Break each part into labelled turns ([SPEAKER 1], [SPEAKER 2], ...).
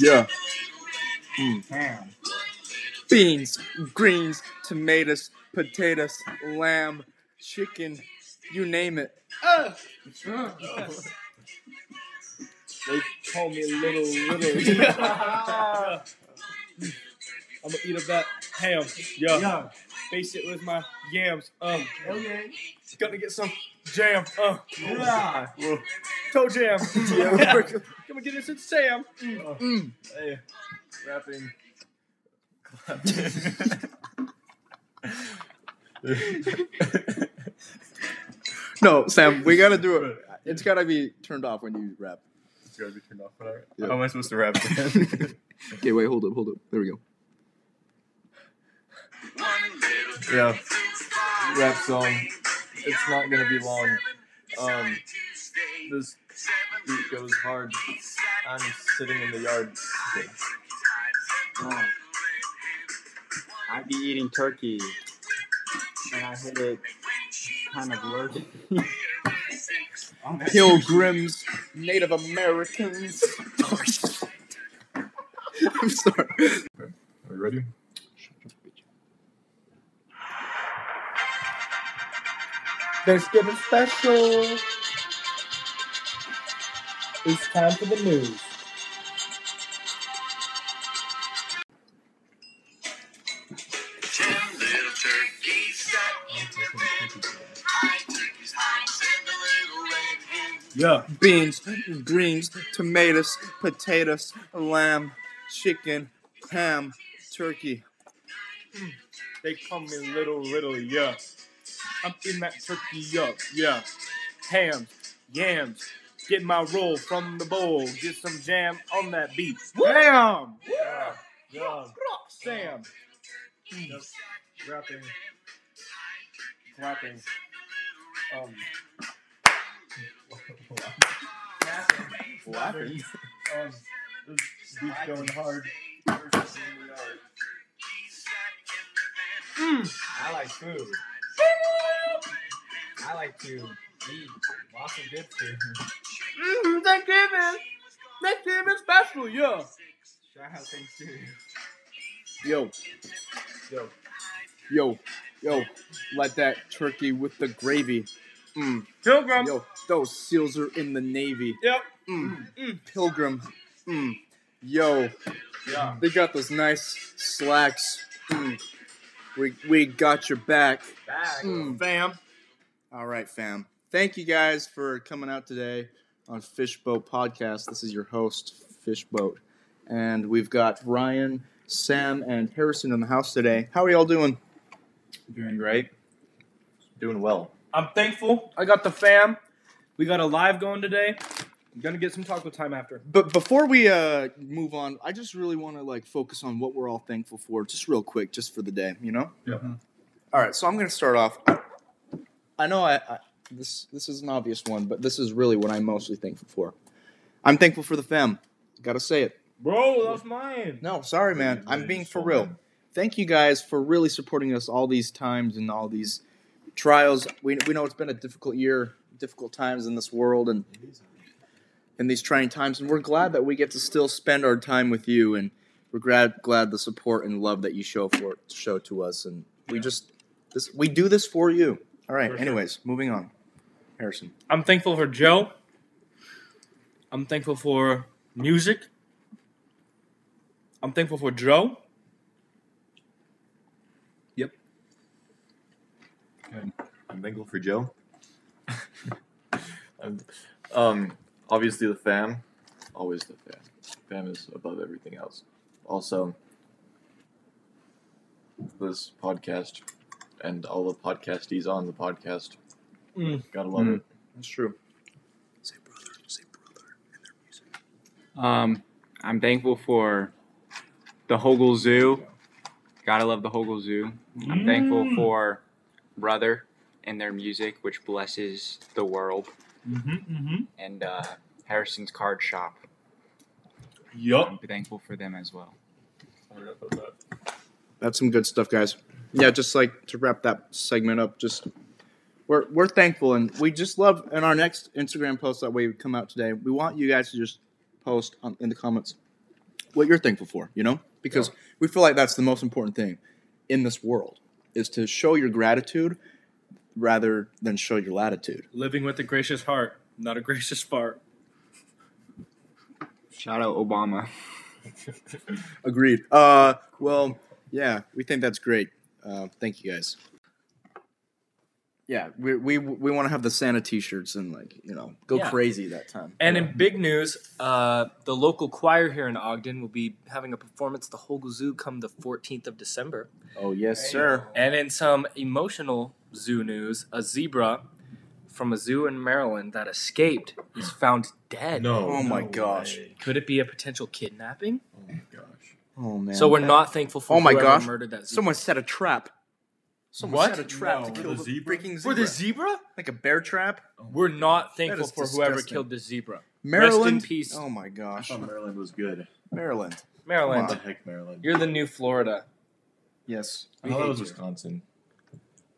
[SPEAKER 1] Yeah.
[SPEAKER 2] Damn.
[SPEAKER 1] Beans, greens, tomatoes, potatoes, lamb, chicken, you name it.
[SPEAKER 3] They call me little little. I'm gonna eat up that ham. Yeah.
[SPEAKER 2] Yeah.
[SPEAKER 3] Face it with my yams. Um.
[SPEAKER 2] Okay.
[SPEAKER 3] Gonna get some jam. Uh.
[SPEAKER 2] Yeah.
[SPEAKER 3] Toe jam.
[SPEAKER 1] Yeah.
[SPEAKER 3] Gonna get it some Sam.
[SPEAKER 4] Hey, rapping.
[SPEAKER 1] No, Sam, we gotta do it. It's gotta be turned off when you rap.
[SPEAKER 4] It's gotta be turned off. when I rap.
[SPEAKER 1] Yeah.
[SPEAKER 4] How am I supposed to rap?
[SPEAKER 1] Okay, wait, hold up, hold up. There we go.
[SPEAKER 4] yeah. Rap song. It's not gonna be long. Um, this beat goes hard. I'm sitting in the yard.
[SPEAKER 5] Oh. I be eating turkey, and I hit it kind of lurking.
[SPEAKER 1] Pilgrims, Native Americans. I'm sorry.
[SPEAKER 4] Are you ready?
[SPEAKER 2] Thanksgiving special. It's time for the news.
[SPEAKER 3] Yeah.
[SPEAKER 1] Beans, greens, tomatoes, potatoes, lamb, chicken, ham, turkey.
[SPEAKER 3] They call me little little. Yeah. I'm eating that turkey up. Yeah. Hams, yams. Get my roll from the bowl. Get some jam on that beat. Bam.
[SPEAKER 4] Yeah.
[SPEAKER 3] Yeah. Sam.
[SPEAKER 4] Just rapping.
[SPEAKER 3] Clapping.
[SPEAKER 4] Um.
[SPEAKER 1] Laughing.
[SPEAKER 4] Um, this beat's going hard.
[SPEAKER 5] I like food. I like to eat lots of good food.
[SPEAKER 3] Mm, Thanksgiving. Thanksgiving special. Yeah.
[SPEAKER 5] Shout out Thanksgiving.
[SPEAKER 1] Yo. Yo. Yo. Yo. Like that turkey with the gravy. Mm.
[SPEAKER 3] Pilgrim.
[SPEAKER 1] Yo. Those seals are in the Navy.
[SPEAKER 3] Yep.
[SPEAKER 1] Mm. Pilgrim. Mm. Yo.
[SPEAKER 3] Yeah.
[SPEAKER 1] They got those nice slacks. Mm. We, we got your back.
[SPEAKER 5] Back.
[SPEAKER 1] Mm.
[SPEAKER 3] Bam.
[SPEAKER 1] All right, fam. Thank you guys for coming out today on Fishboat Podcast. This is your host, Fishboat. And we've got Ryan, Sam, and Harrison in the house today. How are y'all doing?
[SPEAKER 4] Doing great. Doing well.
[SPEAKER 3] I'm thankful. I got the fam. We got a live going today. I'm gonna get some taco time after.
[SPEAKER 1] But before we uh, move on, I just really want to like focus on what we're all thankful for, just real quick, just for the day, you know?
[SPEAKER 4] Yeah.
[SPEAKER 1] All right, so I'm gonna start off. I know I, I this this is an obvious one, but this is really what I'm mostly thankful for. I'm thankful for the fam. Gotta say it.
[SPEAKER 3] Bro, that's mine.
[SPEAKER 1] No, sorry, man. I'm
[SPEAKER 4] you
[SPEAKER 1] being
[SPEAKER 4] just
[SPEAKER 1] for
[SPEAKER 4] told
[SPEAKER 1] real.
[SPEAKER 4] me.
[SPEAKER 1] Thank you guys for really supporting us all these times and all these trials. We, we know it's been a difficult year, difficult times in this world and in these trying times, and we're glad that we get to still spend our time with you, and we're glad glad the support and love that you show for show to us, and we just this we do this for you. All right.
[SPEAKER 3] For sure.
[SPEAKER 1] anyways, moving on. Harrison.
[SPEAKER 3] I'm thankful for Joe. I'm thankful for music. I'm thankful for Joe.
[SPEAKER 4] I'm thankful for Joe. I'm- um, obviously the fam, always the fam. Fam is above everything else. Also, this podcast and all the podcastees on the podcast.
[SPEAKER 3] Mm.
[SPEAKER 4] Gotta love
[SPEAKER 6] Mm.
[SPEAKER 4] it.
[SPEAKER 1] That's true.
[SPEAKER 6] Say brother, say brother, and their music.
[SPEAKER 5] Um, I'm thankful for the Hogel Zoo. Gotta love the Hogel Zoo. I'm thankful for Brother and their music, which blesses the world,
[SPEAKER 3] Mm-hmm, mm-hmm.
[SPEAKER 5] and uh, Harrison's Card Shop.
[SPEAKER 3] Yup.
[SPEAKER 5] I'm thankful for them as well.
[SPEAKER 1] That's some good stuff, guys. Yeah, just like to wrap that segment up, just we're we're thankful and we just love in our next Instagram post that we come out today. We want you guys to just post on, in the comments what you're thankful for, you know? Because we feel like that's the most important thing in this world is to show your gratitude rather than show your latitude.
[SPEAKER 7] Living with a gracious heart, not a gracious fart.
[SPEAKER 5] Shout out Obama.
[SPEAKER 1] Agreed. Uh, well, yeah, we think that's great. Uh, thank you guys. Yeah, we we we want to have the Santa T-shirts and like you know go
[SPEAKER 7] Yeah.
[SPEAKER 1] crazy that time.
[SPEAKER 7] And in big news, uh, the local choir here in Ogden will be having a performance at the Hogle Zoo come the 14th of December.
[SPEAKER 1] Oh yes, sir.
[SPEAKER 7] And in some emotional zoo news, a zebra from a zoo in Maryland that escaped is found dead.
[SPEAKER 4] No.
[SPEAKER 1] Oh my
[SPEAKER 4] no
[SPEAKER 1] gosh.
[SPEAKER 4] way.
[SPEAKER 7] Could it be a potential kidnapping?
[SPEAKER 4] Oh my gosh.
[SPEAKER 1] Oh man.
[SPEAKER 7] So we're not thankful for
[SPEAKER 1] Oh my
[SPEAKER 7] whoever
[SPEAKER 1] gosh.
[SPEAKER 7] murdered that zebra.
[SPEAKER 1] Someone set a trap. Someone
[SPEAKER 7] What?
[SPEAKER 1] set a trap
[SPEAKER 4] No,
[SPEAKER 1] to
[SPEAKER 4] with
[SPEAKER 1] kill
[SPEAKER 4] a
[SPEAKER 1] the
[SPEAKER 4] zebra?
[SPEAKER 1] freaking
[SPEAKER 7] for
[SPEAKER 1] zebra.
[SPEAKER 7] the zebra? Oh.
[SPEAKER 1] like a bear trap.
[SPEAKER 7] We're not thankful
[SPEAKER 1] is
[SPEAKER 7] for whoever
[SPEAKER 1] disgusting.
[SPEAKER 7] killed the zebra.
[SPEAKER 1] Maryland.
[SPEAKER 7] peace.
[SPEAKER 1] Oh my gosh.
[SPEAKER 4] I thought Maryland was good.
[SPEAKER 1] Maryland.
[SPEAKER 7] Maryland,
[SPEAKER 4] What the heck, Maryland?
[SPEAKER 7] you're the new Florida.
[SPEAKER 1] Yes.
[SPEAKER 4] I
[SPEAKER 7] we
[SPEAKER 4] thought it
[SPEAKER 7] hate
[SPEAKER 4] was
[SPEAKER 7] you.
[SPEAKER 4] Wisconsin.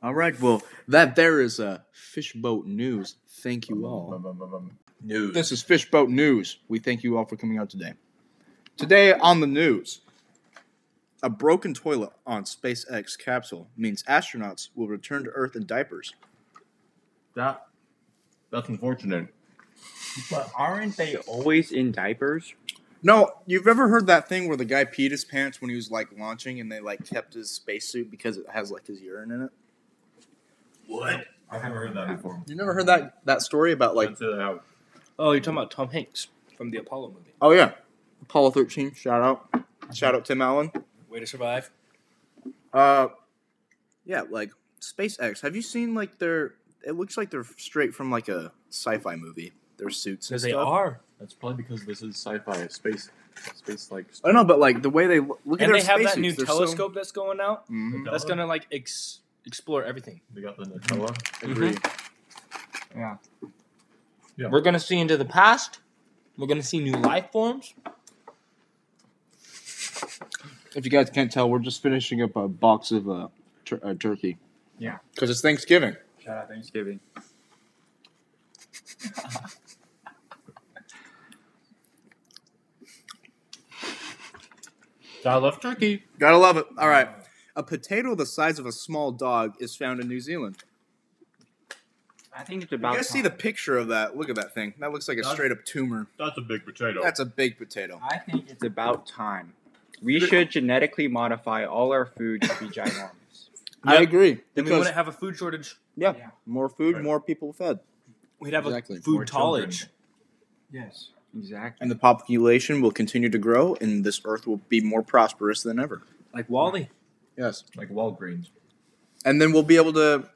[SPEAKER 1] All right. Well, that there is a uh, fishboat news. Thank you all.
[SPEAKER 4] Bum, bum, bum, bum. News.
[SPEAKER 1] This is Fishboat News. We thank you all for coming out today. Today on the news, a broken toilet on SpaceX capsule means astronauts will return to Earth in diapers.
[SPEAKER 4] that. That's unfortunate.
[SPEAKER 5] But aren't they always in diapers?
[SPEAKER 1] No, you've ever heard that thing where the guy peed his pants when he was like launching and they like kept his spacesuit because it has like his urine in it?
[SPEAKER 4] What? I've never heard that before.
[SPEAKER 1] You never heard that that story about like
[SPEAKER 4] That's it out.
[SPEAKER 7] Oh, you're talking about Tom Hanks from the Apollo movie.
[SPEAKER 1] Oh yeah. Apollo 13, shout out. Shout out Tim Allen.
[SPEAKER 7] Way to survive.
[SPEAKER 1] Uh, yeah, like SpaceX. Have you seen like their? It looks like they're straight from like a sci-fi movie. Their suits and
[SPEAKER 7] Because they
[SPEAKER 1] stuff.
[SPEAKER 7] are.
[SPEAKER 4] That's probably because this is sci-fi, space, space like.
[SPEAKER 1] I don't know, but like the way they lo- look at
[SPEAKER 7] And
[SPEAKER 1] their
[SPEAKER 7] they have that
[SPEAKER 1] spacesuits,
[SPEAKER 7] new
[SPEAKER 1] they're
[SPEAKER 7] telescope that's going out.
[SPEAKER 1] So, Mhm,
[SPEAKER 7] That's going to like ex- explore everything.
[SPEAKER 4] They got the Nutella.
[SPEAKER 1] agree.
[SPEAKER 4] Yeah.
[SPEAKER 7] We're going to see into the past. We're going to see new life forms.
[SPEAKER 1] If you guys can't tell, we're just finishing up a box of uh, tur- uh turkey.
[SPEAKER 5] Yeah.
[SPEAKER 1] because it's Thanksgiving.
[SPEAKER 5] Shout out Thanksgiving.
[SPEAKER 4] I love turkey.
[SPEAKER 1] Gotta love it. All right, a potato the size of a small dog is found in New Zealand.
[SPEAKER 5] I think it's
[SPEAKER 1] You
[SPEAKER 5] about.
[SPEAKER 1] guys see the
[SPEAKER 5] time.
[SPEAKER 1] picture of that? Look at that thing. That looks like a
[SPEAKER 4] Does-
[SPEAKER 1] straight up tumor.
[SPEAKER 4] That's a big potato.
[SPEAKER 1] That's a big potato.
[SPEAKER 5] I think it's about time. We should genetically modify all our food to be ginormous.
[SPEAKER 1] I agree.
[SPEAKER 7] Then we
[SPEAKER 1] because-
[SPEAKER 7] wouldn't have a food shortage.
[SPEAKER 1] yeah,
[SPEAKER 5] Yeah.
[SPEAKER 1] more food,
[SPEAKER 4] Right.
[SPEAKER 1] more people fed.
[SPEAKER 7] We'd have
[SPEAKER 1] Exactly.
[SPEAKER 7] a food
[SPEAKER 4] More children.
[SPEAKER 7] tollage.
[SPEAKER 5] Yes. Exactly.
[SPEAKER 1] and the population will continue to grow, and this earth will be more prosperous than ever.
[SPEAKER 7] Like Wally.
[SPEAKER 1] Yes,
[SPEAKER 4] like Walgreens.
[SPEAKER 1] and then we'll be able to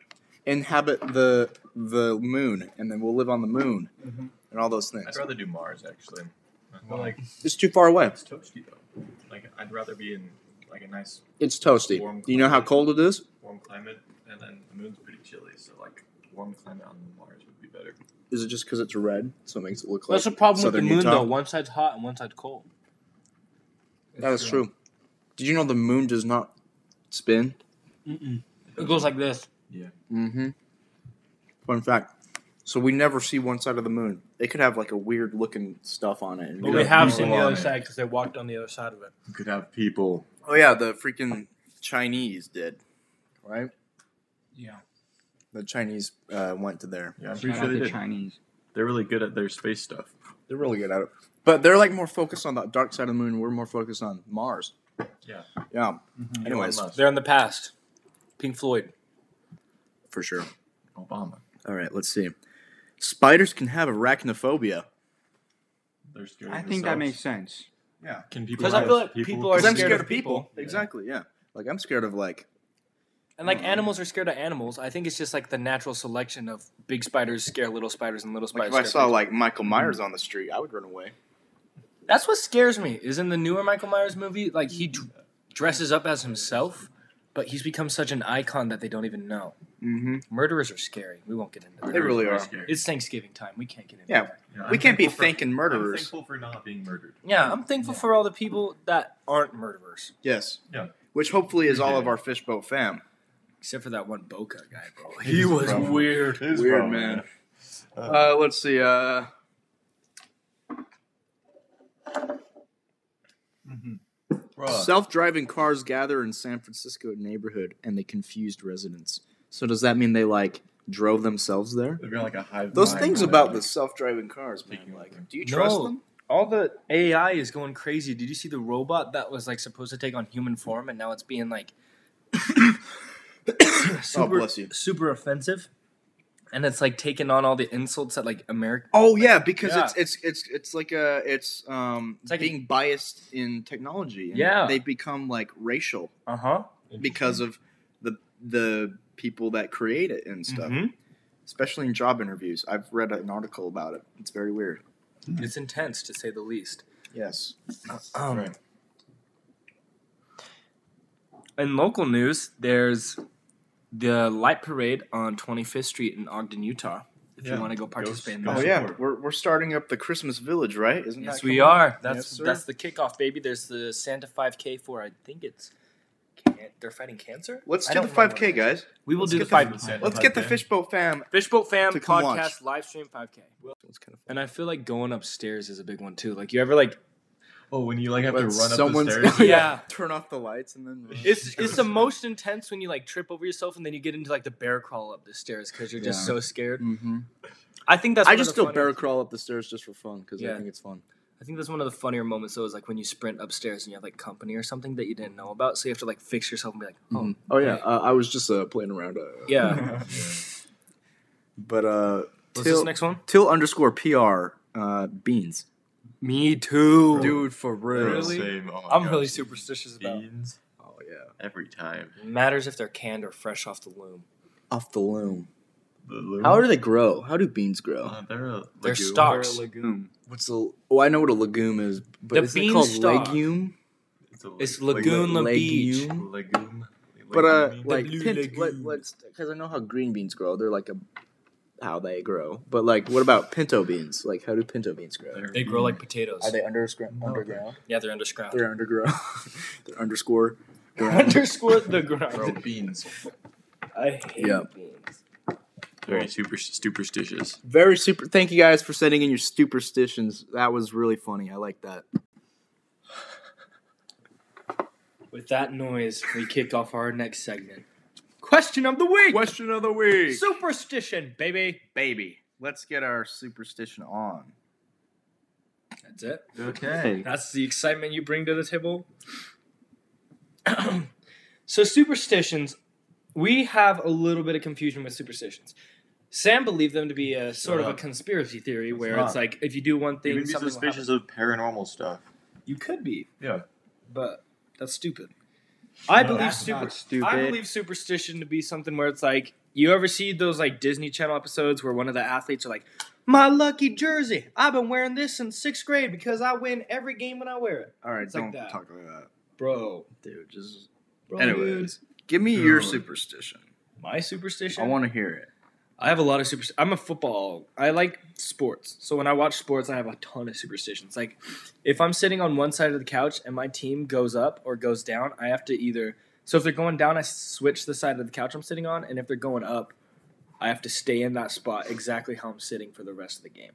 [SPEAKER 1] inhabit the the moon, and then we'll live on the moon,
[SPEAKER 7] Mhm.
[SPEAKER 1] and all those
[SPEAKER 4] I'd
[SPEAKER 1] things.
[SPEAKER 4] rather do Mars actually. I feel like
[SPEAKER 1] It's too far away.
[SPEAKER 4] it's toasty though. Like I'd rather be in like a nice
[SPEAKER 1] It's toasty.
[SPEAKER 4] Warm
[SPEAKER 1] Do you know how
[SPEAKER 4] climate.
[SPEAKER 1] cold it is?
[SPEAKER 4] warm climate, and then the moon's pretty chilly, so like warm climate on Mars would be better.
[SPEAKER 1] Is it just because it's red, so it makes it look like
[SPEAKER 7] That's the problem
[SPEAKER 1] Southern
[SPEAKER 7] with the moon,
[SPEAKER 1] Utah?
[SPEAKER 7] though. One side's hot and one side's cold.
[SPEAKER 1] That is true. Did you know the moon does not spin?
[SPEAKER 7] Mm-mm. It goes like this.
[SPEAKER 1] Mm-hmm. Fun fact. So we never see one side of the moon. They could have like a weird looking stuff on it. and
[SPEAKER 7] But
[SPEAKER 4] Yeah,
[SPEAKER 7] we have
[SPEAKER 4] people
[SPEAKER 7] seen the
[SPEAKER 4] on
[SPEAKER 7] other
[SPEAKER 4] it.
[SPEAKER 7] side because they walked on the other side of it.
[SPEAKER 4] You could have people.
[SPEAKER 1] Oh yeah, the freaking Chinese did, right?
[SPEAKER 5] Yeah.
[SPEAKER 1] The Chinese uh, went to there.
[SPEAKER 4] Yeah, I'm
[SPEAKER 5] Shout
[SPEAKER 4] pretty sure
[SPEAKER 5] out
[SPEAKER 4] they
[SPEAKER 5] the
[SPEAKER 4] did.
[SPEAKER 5] Chinese.
[SPEAKER 4] They're really good at their space stuff.
[SPEAKER 1] They're really good at it, but they're like more focused on the dark side of the moon. We're more focused on Mars.
[SPEAKER 4] Yeah.
[SPEAKER 1] Yeah. Anyways,
[SPEAKER 4] Elon Musk,
[SPEAKER 7] They're in the past. Pink Floyd.
[SPEAKER 1] for sure.
[SPEAKER 4] Obama.
[SPEAKER 1] All right, let's see. Spiders can have arachnophobia.
[SPEAKER 4] They're scared.
[SPEAKER 5] I
[SPEAKER 4] of
[SPEAKER 5] think that
[SPEAKER 4] themselves.
[SPEAKER 5] makes sense.
[SPEAKER 1] Yeah.
[SPEAKER 4] Can people?
[SPEAKER 7] Because I
[SPEAKER 4] have
[SPEAKER 7] feel like people are
[SPEAKER 1] 'Cause Oh, I'm
[SPEAKER 7] scared,
[SPEAKER 1] scared
[SPEAKER 7] of
[SPEAKER 1] of
[SPEAKER 7] people.
[SPEAKER 1] Exactly. Yeah. Like I'm scared of like
[SPEAKER 7] And like animals are scared of animals. I think it's just like the natural selection of big spiders scare little spiders and little
[SPEAKER 1] like
[SPEAKER 7] spiders.
[SPEAKER 1] if I
[SPEAKER 7] scare
[SPEAKER 1] saw
[SPEAKER 7] big-
[SPEAKER 1] like Michael Myers on the street, I would run away.
[SPEAKER 7] That's what scares me. Is in the newer Michael Myers movie, like he d- dresses up as himself, but he's become such an icon that they don't even know.
[SPEAKER 1] Mm-hmm.
[SPEAKER 7] Murderers are scary. We won't get into that.
[SPEAKER 1] They really are.
[SPEAKER 4] Scared.
[SPEAKER 7] It's Thanksgiving time. We can't get into
[SPEAKER 1] Yeah.
[SPEAKER 7] that.
[SPEAKER 4] Yeah,
[SPEAKER 1] We
[SPEAKER 4] I'm
[SPEAKER 1] can't be
[SPEAKER 4] thankful for-
[SPEAKER 1] thinking
[SPEAKER 4] I'm
[SPEAKER 1] murderers.
[SPEAKER 4] thankful for not being murdered.
[SPEAKER 7] Yeah, I'm thankful for all the people that aren't murderers,
[SPEAKER 1] Yes.
[SPEAKER 4] Yeah.
[SPEAKER 1] Which hopefully is all of our fishboat fam.
[SPEAKER 7] except for that one Boca guy, bro.
[SPEAKER 4] He was
[SPEAKER 7] weird.
[SPEAKER 4] It is
[SPEAKER 1] Weird,
[SPEAKER 4] wrong,
[SPEAKER 1] man. Uh, let's see. Uh,
[SPEAKER 4] Bruh.
[SPEAKER 1] Self-driving cars gather in San Francisco neighborhood, and they confused residents. So does that mean they like drove themselves there?
[SPEAKER 4] They've got like a hive
[SPEAKER 1] Those
[SPEAKER 4] mind
[SPEAKER 1] things
[SPEAKER 4] going
[SPEAKER 1] about
[SPEAKER 4] on.
[SPEAKER 1] the self-driving cars, man. Like, do you
[SPEAKER 7] No.
[SPEAKER 1] trust them?
[SPEAKER 7] All the AI is going crazy. Did you see the robot that was like supposed to take on human form and now it's being like super,
[SPEAKER 1] Oh, bless you.
[SPEAKER 7] super offensive? And it's like taking on all the insults that like America.
[SPEAKER 1] Oh yeah, because
[SPEAKER 3] Yeah.
[SPEAKER 1] it's it's it's it's like a it's um
[SPEAKER 7] It's like a-
[SPEAKER 1] being biased in technology. and
[SPEAKER 7] Yeah.
[SPEAKER 1] they become like racial
[SPEAKER 7] Uh huh.
[SPEAKER 1] because of the the people that create it and stuff.
[SPEAKER 7] Mm-hmm.
[SPEAKER 1] Especially in job interviews, I've read an article about it. It's very weird.
[SPEAKER 7] It's intense to say the least.
[SPEAKER 1] Yes.
[SPEAKER 7] Um,
[SPEAKER 4] Right.
[SPEAKER 7] In local news, there's the light parade on 25th Street in Ogden, Utah. If
[SPEAKER 4] Yeah.
[SPEAKER 7] you want to go participate in
[SPEAKER 4] go
[SPEAKER 7] that.
[SPEAKER 1] Oh
[SPEAKER 4] Yes,
[SPEAKER 1] yeah,
[SPEAKER 4] support.
[SPEAKER 1] we're, we're starting up the Christmas Village, right? Isn't
[SPEAKER 7] Yes,
[SPEAKER 1] that
[SPEAKER 7] we
[SPEAKER 1] coming up?
[SPEAKER 7] are.
[SPEAKER 1] Yes,
[SPEAKER 7] That's
[SPEAKER 1] sir.
[SPEAKER 7] that's the kickoff, baby. There's the Santa 5K for I think it's can- they're fighting cancer.
[SPEAKER 1] Let's
[SPEAKER 7] I
[SPEAKER 1] do the
[SPEAKER 7] don't
[SPEAKER 1] five
[SPEAKER 7] remember.
[SPEAKER 1] K, guys.
[SPEAKER 7] We will
[SPEAKER 1] Let's
[SPEAKER 7] do the
[SPEAKER 1] get the-
[SPEAKER 7] five.
[SPEAKER 4] Santa
[SPEAKER 1] Let's get the
[SPEAKER 4] 5K.
[SPEAKER 1] fishbowl fam.
[SPEAKER 7] Fishboat Fam
[SPEAKER 1] to come
[SPEAKER 7] podcast
[SPEAKER 1] watch.
[SPEAKER 7] live stream 5K.
[SPEAKER 1] It's kind of
[SPEAKER 7] And I feel like going upstairs is a big one too. Like you ever like
[SPEAKER 4] Oh, when you like have to
[SPEAKER 1] When
[SPEAKER 4] run
[SPEAKER 1] someone's-
[SPEAKER 4] up the stairs.
[SPEAKER 7] yeah.
[SPEAKER 1] Turn off the lights and then.
[SPEAKER 7] It's it's the most intense when you like trip over yourself and then you get into like the bear crawl up the stairs because you're just
[SPEAKER 1] Yeah.
[SPEAKER 7] so scared.
[SPEAKER 1] Mm-hmm.
[SPEAKER 7] I think that's
[SPEAKER 1] I
[SPEAKER 7] one of
[SPEAKER 1] just
[SPEAKER 7] the
[SPEAKER 1] still
[SPEAKER 7] funnier-
[SPEAKER 1] barrel crawl up the stairs just for fun because I
[SPEAKER 7] Yeah.
[SPEAKER 1] think it's fun.
[SPEAKER 7] I think that's one of the funnier moments though is like when you sprint upstairs and you have like company or something that you didn't know about, so you have to like fix yourself and be like, oh
[SPEAKER 1] Mhm. Oh yeah,
[SPEAKER 7] hey.
[SPEAKER 1] uh, I was just uh, playing around. Uh,
[SPEAKER 7] yeah.
[SPEAKER 1] But uh,
[SPEAKER 7] What's this
[SPEAKER 1] till,
[SPEAKER 7] next one?
[SPEAKER 1] till underscore pr uh, beans,
[SPEAKER 7] Me too,
[SPEAKER 1] dude, for real.
[SPEAKER 7] Really?
[SPEAKER 4] Same. Oh my
[SPEAKER 7] I'm
[SPEAKER 4] God.
[SPEAKER 7] really superstitious about
[SPEAKER 4] Beans
[SPEAKER 1] Oh yeah,
[SPEAKER 4] every time.
[SPEAKER 7] matters if they're canned or fresh off the loom.
[SPEAKER 1] off the loom.
[SPEAKER 4] The loom.
[SPEAKER 1] How do they grow? How do beans grow?
[SPEAKER 4] Uh, they're a
[SPEAKER 7] They're
[SPEAKER 4] legume.
[SPEAKER 7] stalks.
[SPEAKER 5] legume.
[SPEAKER 1] What's a? Oh, I know what a legume is, but
[SPEAKER 7] The
[SPEAKER 1] isn't it
[SPEAKER 7] bean
[SPEAKER 1] called
[SPEAKER 7] stalk.
[SPEAKER 1] legume?
[SPEAKER 4] It's, a
[SPEAKER 7] It's
[SPEAKER 4] leg-
[SPEAKER 7] Lagoon La Beach.
[SPEAKER 1] legume.
[SPEAKER 4] Legume.
[SPEAKER 1] But uh,
[SPEAKER 4] Legume.
[SPEAKER 1] like
[SPEAKER 7] blue
[SPEAKER 1] pin, let,
[SPEAKER 7] legume.
[SPEAKER 1] us because I know how green beans grow. They're like a how they grow. But like, what about pinto beans? Like, how do pinto beans grow?
[SPEAKER 4] They're
[SPEAKER 7] They grow like potatoes.
[SPEAKER 1] Are they underground?
[SPEAKER 4] No, they're-
[SPEAKER 1] underground?
[SPEAKER 7] yeah, they're underground.
[SPEAKER 1] They're underground. they're underscore. ground.
[SPEAKER 7] Underscore the
[SPEAKER 4] grow
[SPEAKER 7] ground.
[SPEAKER 4] beans.
[SPEAKER 7] I hate
[SPEAKER 1] Yeah.
[SPEAKER 7] beans.
[SPEAKER 4] Very super superstitious.
[SPEAKER 1] Very super. Thank you guys for sending in your superstitions. That was really funny. I like that.
[SPEAKER 7] With that noise, we kick off our next segment. Question of the week.
[SPEAKER 1] Question of the week,
[SPEAKER 7] Superstition, baby.
[SPEAKER 1] baby. Let's get our superstition on.
[SPEAKER 7] That's it.
[SPEAKER 5] Okay.
[SPEAKER 7] That's the excitement you bring to the table. so superstitions, we have a little bit of confusion with superstitions. Sam believed them to be a sort of a
[SPEAKER 4] up.
[SPEAKER 7] conspiracy theory where
[SPEAKER 4] Uh-huh. not.
[SPEAKER 7] it's like if you do one
[SPEAKER 4] You
[SPEAKER 7] thing,
[SPEAKER 4] would be
[SPEAKER 7] something will happen.
[SPEAKER 4] suspicious of paranormal stuff.
[SPEAKER 7] You could be,
[SPEAKER 4] Yeah.
[SPEAKER 7] but that's stupid. I
[SPEAKER 4] No,
[SPEAKER 7] believe
[SPEAKER 4] that's
[SPEAKER 7] super.
[SPEAKER 4] not
[SPEAKER 5] Stupid.
[SPEAKER 7] I believe superstition to be something where it's like you ever see those like Disney Channel episodes where one of the athletes are like, "My lucky jersey. I've been wearing this since sixth grade because I win every game when I wear it."
[SPEAKER 1] All right,
[SPEAKER 7] It's like
[SPEAKER 1] don't
[SPEAKER 7] that.
[SPEAKER 1] talk like that,
[SPEAKER 7] Bro,
[SPEAKER 1] dude. Just
[SPEAKER 7] Bro,
[SPEAKER 1] anyways, give me your
[SPEAKER 4] Dude.
[SPEAKER 1] superstition.
[SPEAKER 7] My superstition.
[SPEAKER 1] I want to hear it.
[SPEAKER 7] I have a lot of super. I'm a football. I like sports, so when I watch sports, I have a ton of superstitions. Like, if I'm sitting on one side of the couch and my team goes up or goes down, I have to either. So if they're going down, I switch the side of the couch I'm sitting on, and if they're going up, I have to stay in that spot exactly how I'm sitting for the rest of the game.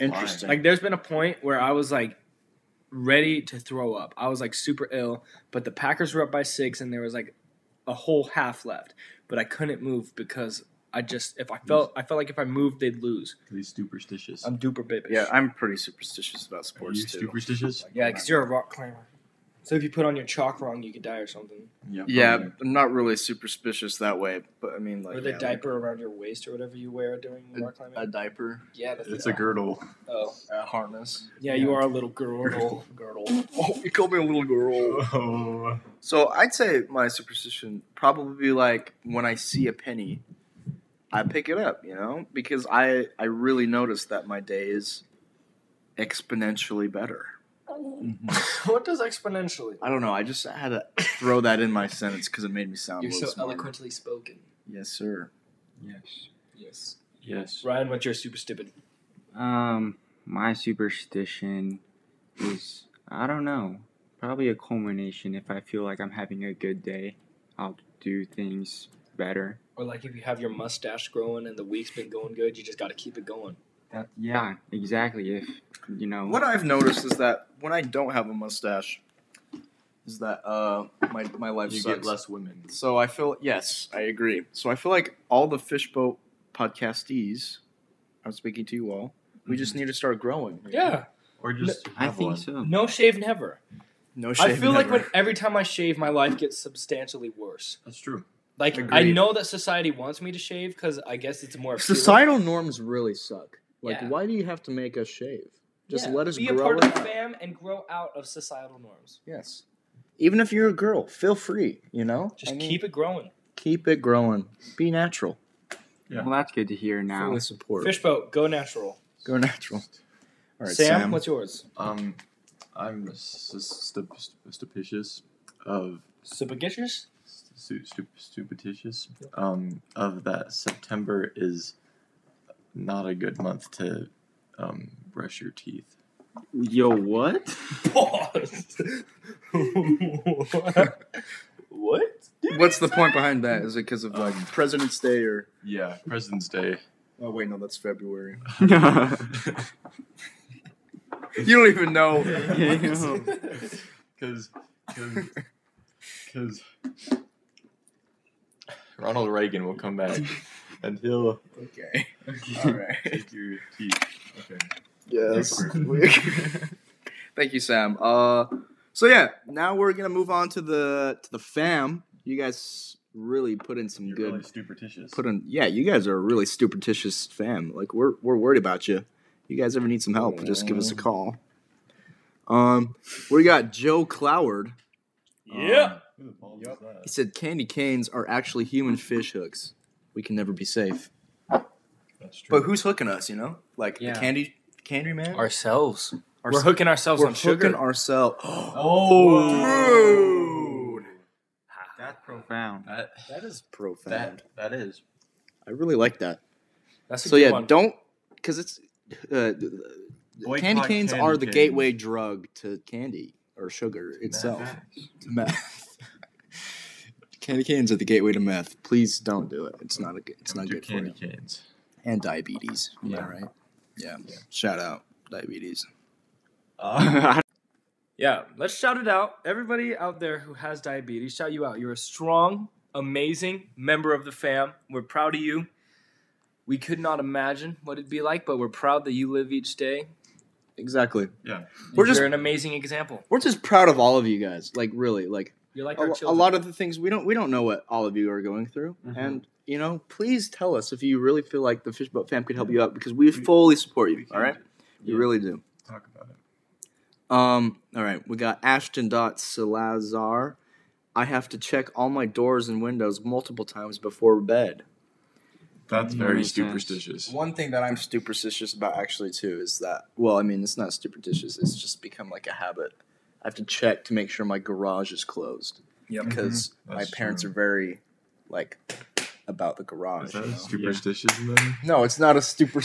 [SPEAKER 1] Interesting.
[SPEAKER 7] Like, there's been a point where I was like ready to throw up. I was like super ill, but the Packers were up by six, and there was like a whole half left, but I couldn't move because I just if I felt I felt like if I moved they'd lose.
[SPEAKER 4] These superstitious.
[SPEAKER 7] I'm duper baby.
[SPEAKER 1] yeah, I'm pretty superstitious about
[SPEAKER 4] Are
[SPEAKER 1] sports
[SPEAKER 4] you
[SPEAKER 1] too.
[SPEAKER 4] superstitious?
[SPEAKER 7] yeah, because you're a rock climber. So if you put on your chalk wrong, you could die or something,
[SPEAKER 1] Yeah,
[SPEAKER 4] probably.
[SPEAKER 1] I'm not really superstitious that way, but I mean, like,
[SPEAKER 7] or the
[SPEAKER 1] yeah,
[SPEAKER 7] diaper around your waist or whatever you wear during rock climbing.
[SPEAKER 1] like, a diaper,
[SPEAKER 7] yeah, that's
[SPEAKER 4] It's a girdle.
[SPEAKER 7] oh
[SPEAKER 1] a harness.
[SPEAKER 7] yeah, you are a little girdle. girdle.
[SPEAKER 1] Oh, you called me a little girl.
[SPEAKER 4] Oh.
[SPEAKER 1] So I'd say my superstition probably be like when I see a penny, I pick it up, you know, because I I really notice that my day is exponentially better.
[SPEAKER 7] what does exponentially?
[SPEAKER 1] I don't know. I just had to throw that in my sentence because it made me sound.
[SPEAKER 7] You're
[SPEAKER 1] a little
[SPEAKER 7] so
[SPEAKER 1] smarter.
[SPEAKER 7] eloquently spoken.
[SPEAKER 1] Yes, sir.
[SPEAKER 5] Yes.
[SPEAKER 7] Yes.
[SPEAKER 4] Yes.
[SPEAKER 7] Ryan, what's your super stupid?
[SPEAKER 5] Um, my superstition is I don't know. Probably a culmination. If I feel like I'm having a good day, I'll do things better.
[SPEAKER 7] Or like if you have your mustache growing and the week's been going good, you just got to keep it going.
[SPEAKER 5] That, yeah, exactly. If you know,
[SPEAKER 1] What I've noticed is that when I don't have a mustache, is that uh my my life
[SPEAKER 4] you
[SPEAKER 1] sucks.
[SPEAKER 4] get less women.
[SPEAKER 1] So I feel yes, I agree. So I feel like all the fishboat podcastees, I'm speaking to you all. We just need to start growing.
[SPEAKER 7] Yeah.
[SPEAKER 4] Or just
[SPEAKER 5] I
[SPEAKER 4] have
[SPEAKER 5] think
[SPEAKER 4] one.
[SPEAKER 5] so.
[SPEAKER 7] No shave never.
[SPEAKER 1] No shame.
[SPEAKER 7] I feel like when every time I shave, my life gets substantially worse.
[SPEAKER 4] That's true.
[SPEAKER 7] Like I
[SPEAKER 1] Agreed.
[SPEAKER 7] know that society wants me to shave because I guess it's more appealing.
[SPEAKER 1] societal norms really suck. Like,
[SPEAKER 7] Yeah.
[SPEAKER 1] why do you have to make us shave? Just
[SPEAKER 7] Yeah,
[SPEAKER 1] let us
[SPEAKER 7] be a
[SPEAKER 1] grow.
[SPEAKER 7] part
[SPEAKER 1] it
[SPEAKER 7] of the
[SPEAKER 1] out.
[SPEAKER 7] fam and grow out of societal norms.
[SPEAKER 1] Yes. Even if you're a girl, feel free. You know,
[SPEAKER 7] Just
[SPEAKER 1] I mean,
[SPEAKER 7] keep it growing.
[SPEAKER 1] keep it growing. Be natural.
[SPEAKER 4] Yeah.
[SPEAKER 5] Well, that's good to hear. Now,
[SPEAKER 1] Fully support.
[SPEAKER 7] Fishboat, go natural.
[SPEAKER 1] Go natural. All right,
[SPEAKER 7] Sam,
[SPEAKER 1] Sam.
[SPEAKER 7] what's yours?
[SPEAKER 4] Um, I'm stu- stu- stu- stupiditious of
[SPEAKER 7] Supagitious?
[SPEAKER 4] stu- stu- stupiditious um of that September is not a good month to um brush your teeth.
[SPEAKER 5] yo, what?
[SPEAKER 7] Pause. what?
[SPEAKER 1] What's the point behind that? Is it because of like
[SPEAKER 4] Um,
[SPEAKER 1] President's Day or?
[SPEAKER 4] Yeah, President's Day.
[SPEAKER 1] Oh wait, no, that's February.
[SPEAKER 5] yeah,
[SPEAKER 1] You don't even know.
[SPEAKER 4] Cause, cause, cause Ronald Reagan will come back and he'll
[SPEAKER 1] okay. All right.
[SPEAKER 4] take your teeth. Okay.
[SPEAKER 1] Yes. Thank you, Sam. Uh, so yeah, now we're gonna move on to the to the fam. You guys really put in some
[SPEAKER 4] You're
[SPEAKER 1] good
[SPEAKER 4] really stupiditious.
[SPEAKER 1] put in. Yeah, you guys are a really superstitious fam. Like we're we're worried about you. You guys ever need some help? Just give us a call. Um, we got Joe Cloward.
[SPEAKER 7] Yeah.
[SPEAKER 4] Who the balls is
[SPEAKER 1] He
[SPEAKER 4] that?
[SPEAKER 1] said candy canes are actually human fish hooks. We can never be safe.
[SPEAKER 4] That's true.
[SPEAKER 1] who's hooking us? You know, like
[SPEAKER 7] Yeah.
[SPEAKER 1] candy candy man.
[SPEAKER 7] Ourselves.
[SPEAKER 1] Our-
[SPEAKER 7] We're hooking ourselves
[SPEAKER 1] we're
[SPEAKER 7] on
[SPEAKER 1] hooking
[SPEAKER 7] sugar.
[SPEAKER 1] ourselves.
[SPEAKER 4] Oh, dude.
[SPEAKER 5] that's profound.
[SPEAKER 4] That
[SPEAKER 1] That is profound.
[SPEAKER 4] that that is.
[SPEAKER 1] I really like that.
[SPEAKER 7] That's a
[SPEAKER 1] So
[SPEAKER 7] good
[SPEAKER 1] yeah,
[SPEAKER 7] one.
[SPEAKER 1] don't because it's uh,
[SPEAKER 4] Boycott
[SPEAKER 1] candy canes
[SPEAKER 4] candy
[SPEAKER 1] are the
[SPEAKER 4] canes.
[SPEAKER 1] gateway drug to candy or sugar itself. To meth. candy canes are the gateway to meth. Please don't do it. It's not a good. It's not
[SPEAKER 4] do
[SPEAKER 1] good for
[SPEAKER 4] candy
[SPEAKER 1] you.
[SPEAKER 4] canes.
[SPEAKER 1] And diabetes. Yeah.
[SPEAKER 4] Yeah.
[SPEAKER 1] Right. Yeah. Shout out diabetes.
[SPEAKER 4] Uh,
[SPEAKER 7] Yeah, let's shout it out. Everybody out there who has diabetes, shout you out. You're a strong, amazing member of the fam. We're proud of you. We could not imagine what it'd be like, but we're proud that you live each day.
[SPEAKER 1] Exactly.
[SPEAKER 4] yeah.
[SPEAKER 1] We're
[SPEAKER 7] You're
[SPEAKER 1] just
[SPEAKER 7] an amazing example.
[SPEAKER 1] we're just proud of all of you guys. Like really. Like
[SPEAKER 7] You're like
[SPEAKER 1] a,
[SPEAKER 7] our
[SPEAKER 1] lo- a
[SPEAKER 7] children.
[SPEAKER 1] lot of the things we don't we don't know what all of you are going through
[SPEAKER 4] Mm-hmm.
[SPEAKER 1] and you know please tell us if you really feel like the fishboat fam could help you out because we, fully support you
[SPEAKER 4] we
[SPEAKER 1] all right you
[SPEAKER 4] Yeah.
[SPEAKER 1] really do
[SPEAKER 4] Talk about it.
[SPEAKER 1] um all right we got ashton dot salazar i have to check all my doors and windows multiple times before bed
[SPEAKER 4] That's
[SPEAKER 5] Mm,
[SPEAKER 4] very
[SPEAKER 5] makes sense.
[SPEAKER 4] superstitious.
[SPEAKER 1] one thing that i'm superstitious about actually too is that well i mean it's not superstitious it's just become like a habit i have to check to make sure my garage is closed
[SPEAKER 7] Yep.
[SPEAKER 1] because my
[SPEAKER 4] Mm-hmm. That's
[SPEAKER 1] parents
[SPEAKER 4] true.
[SPEAKER 1] are very like about the
[SPEAKER 4] Is
[SPEAKER 1] garage you
[SPEAKER 4] that
[SPEAKER 1] know?
[SPEAKER 4] superstitious then?
[SPEAKER 1] No, it's not a super.